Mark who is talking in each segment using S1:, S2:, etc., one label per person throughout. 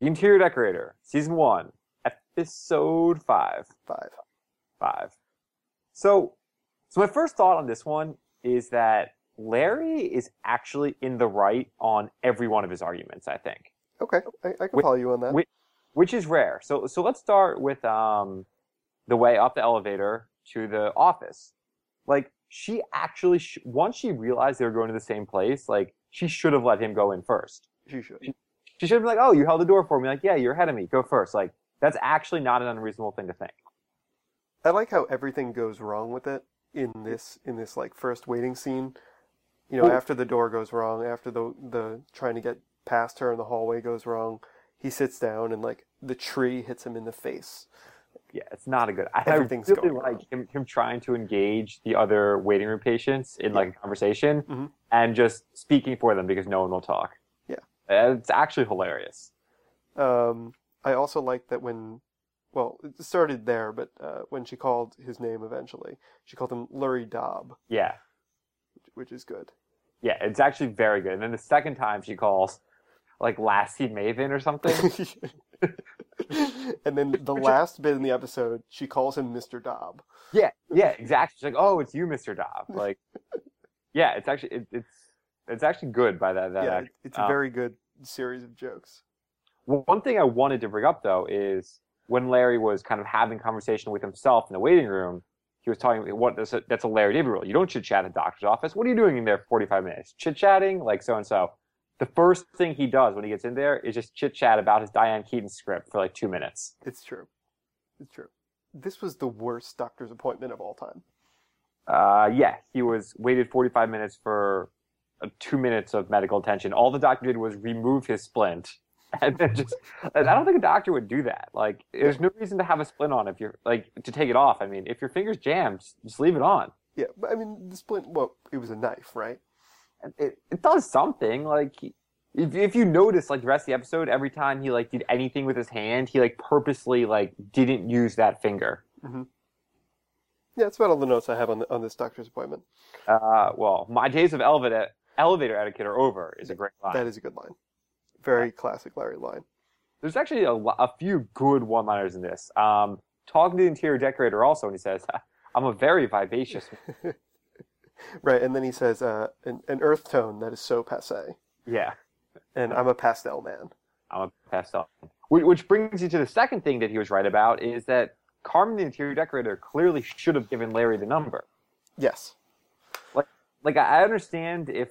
S1: The Interior Decorator, Season 1, Episode 5.
S2: Five.
S1: Five. So, so my first thought on this one is that Larry is actually in the right on every one of his arguments, I think,
S2: Okay, I, I can
S1: Wait,
S2: follow you on that.
S1: wait. which is rare. So, so let's start with um, the way up the elevator to the office. Like, she actually, sh- once she realized they were going to the same place, like, she should have let him go in first.
S2: You should.
S1: She should have been like, "Oh, you held the door for me." Like, "Yeah, you're ahead of me. Go first. Like, that's actually not an unreasonable thing to think.
S2: I like how everything goes wrong with it in this in this like first waiting scene. You know,
S1: Well-
S2: after the door goes wrong, after the the trying to get past her in the hallway goes wrong, he sits down and like the tree hits him in the face.
S1: Yeah, it's not a good. I
S2: Everything's
S1: really
S2: going
S1: like him, him trying to engage the other waiting room patients in like a conversation
S2: Mhm.
S1: and just speaking for them because no one will talk.
S2: Yeah.
S1: Uh, it's actually hilarious.
S2: Um, I also like that when, well, it started there, but uh, when she called his name eventually, she called him Lurie Dobb,
S1: Yeah,
S2: which is good.
S1: yeah, it's actually very good. And then the second time she calls, like Lassie Maven or something.
S2: and then the last bit in the episode, she calls him Mr. Dobb.
S1: Yeah, yeah, exactly. She's like, "Oh, it's you, Mr. Dobb." Like, yeah, it's actually it, it's it's actually good by that that
S2: yeah,
S1: actor.
S2: it- it's a
S1: uh,
S2: very good series of jokes.
S1: Well, One thing I wanted to bring up though is when Larry was kind of having conversation with himself in the waiting room, he was talking what that's a, that's a Larry David rule. You don't chit chat in the doctor's office. What are you doing in there for 45 minutes? Chit chatting like so and so. The first thing he does when he gets in there is just chit chat about his Diane Keaton script for like two minutes.
S2: It's true. It's true. This was the worst doctor's appointment of all time.
S1: Uh, yeah, he was waited 45 minutes for uh, two minutes of medical attention. All the doctor did was remove his splint. And then just, and I don't think a doctor would do that. Like, there's no reason to have a splint on if you're, like, to take it off. I mean, if your finger's jammed, just- just leave it on.
S2: Yeah, but I mean, the splint, well, it was a knife, right?
S1: And It, it does something. Like, he- if, if you notice, like, the rest of the episode, every time he, like, did anything with his hand, he, like, purposely, like, didn't use that finger.
S2: Yeah, that's about all the notes I have on, the, on this doctor's appointment.
S1: Uh, well, my days of elevator, elevator etiquette are over is a great line.
S2: That is a good line. Very classic Larry line.
S1: There's actually a, lo- a few good one-liners in this. Um, talking to the interior decorator also, and he says, "I'm a very vivacious." man."
S2: Right, and then he says, uh, an, an earth tone that is so passe,
S1: yeah,
S2: and I'm a pastel man.
S1: I'm a pastel. Which, which brings you to the second thing that he was right about is that Carmen, the interior decorator, clearly should have given Larry the number.
S2: Yes.
S1: Like I I understand if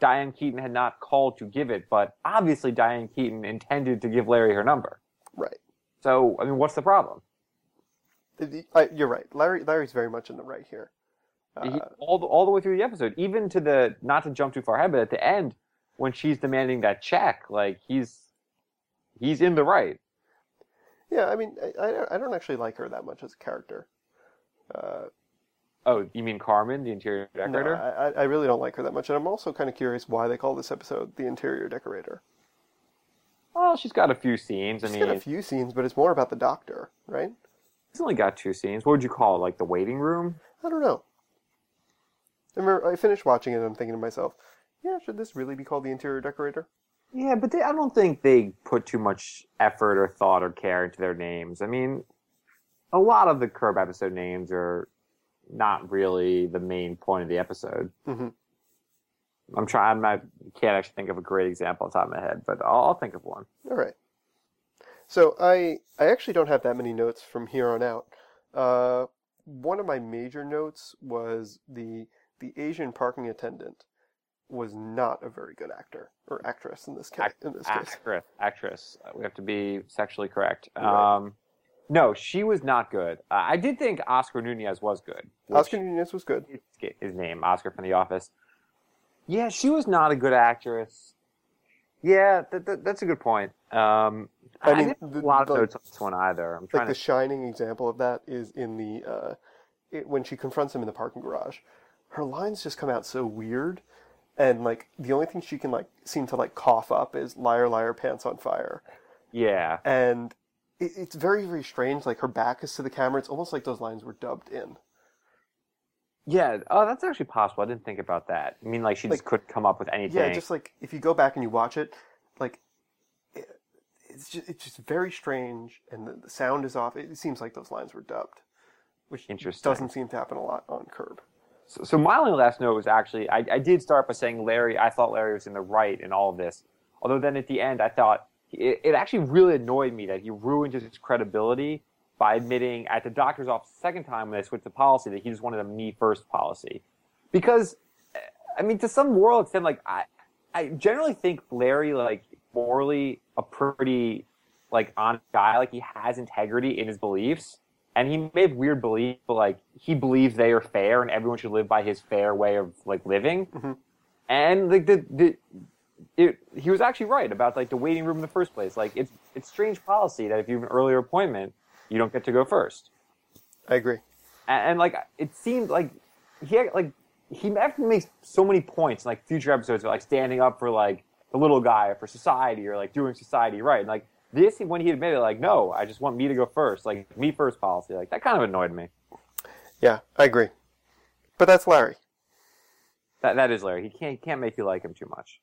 S1: Diane Keaton had not called to give it, but obviously Diane Keaton intended to give Larry her number.
S2: Right.
S1: So I mean, what's the problem?
S2: The- I, you're right. Larry Larry's very much in the right here. Uh,
S1: he, all the, all the way through the episode, even to the not to jump too far ahead, but at the end when she's demanding that check, like he's he's in the right.
S2: yeah, I mean, I, I don't- I don't actually like her that much as a character. Uh,
S1: Oh, you mean Carmen, the interior
S2: No,
S1: decorator?
S2: I, I- I really don't like her that much, and I'm also kind of curious why they call this episode "The Interior Decorator."
S1: well, she's got a few scenes. I
S2: She's
S1: mean,
S2: got a few scenes, but it's more about the doctor, right?
S1: she's only got two scenes. What would you call it? Like the waiting room?
S2: I don't know. I remember I finished watching it, and I'm thinking to myself, "Yeah, should this really be called The Interior Decorator?"
S1: Yeah, but they, I don't think they put too much effort or thought or care into their names. I mean, a lot of the Curb episode names are not really the main point of the episode.
S2: Mhm.
S1: I'm trying. I can't actually think of a great example on top of my head, but I'll, I'll think of one.
S2: All right. So I I actually don't have that many notes from here on out. Uh, one of my major notes was the the Asian parking attendant was not a very good actor or actress in this case.
S1: Act-
S2: In this case,
S1: Actress. Actress. Uh, We have to be sexually correct.
S2: Right.
S1: Um, no, she was not good. Uh, I did think Oscar Nunez was good. which-
S2: Oscar Nunez was good.
S1: get his name, Oscar from The Office. Yeah, she was not a good actress. Yeah, that, that, that's a good point. Um, I,
S2: I mean,
S1: mean, didn't have
S2: the-
S1: a lot of
S2: the-
S1: notes on this one either. I'm
S2: like
S1: trying
S2: the
S1: to.
S2: shining example of that is in the uh, it, when she confronts him in the parking garage her lines just come out so weird and like the only thing she can like seem to like cough up is liar liar pants on fire
S1: Yeah,
S2: and it, it's very very strange like her back is to the camera it's almost like those lines were dubbed in
S1: yeah. Oh, that's actually possible. I didn't think about that. I mean, like she
S2: Like-
S1: just couldn't come up with anything.
S2: yeah just like if you go back and you watch it like it, it's just it's just very strange, and the, the sound is off. It seems like those lines were dubbed, which
S1: Interesting.
S2: doesn't seem to happen a lot on Curb.
S1: So, so my only last note was actually I, I did start by saying Larry. I thought Larry was in the right in all of this. Although then at the end I thought it, it actually really annoyed me that he ruined his credibility by admitting at the doctor's office the second time when they switched the policy that he just wanted a me first policy. Because eh, I mean to some moral extent like I I generally think Larry like morally a pretty like honest guy like he has integrity in his beliefs and he may have weird belief, but like he believes they are fair and everyone should live by his fair way of like living.
S2: Mhm.
S1: And like the the it, he was actually right about like the waiting room in the first place. Like it's it's strange policy that if you have an earlier appointment, you don't get to go first.
S2: I agree.
S1: And, and like it seemed like he had, like he actually makes so many points in like future episodes about like standing up for like the little guy or for society or like doing society right. And like this when he admitted like no, I just want me to go first, like me first policy. Like that kind of annoyed me.
S2: Yeah, I agree. But that's Larry.
S1: That that is Larry. He can't he can't make you like him too much.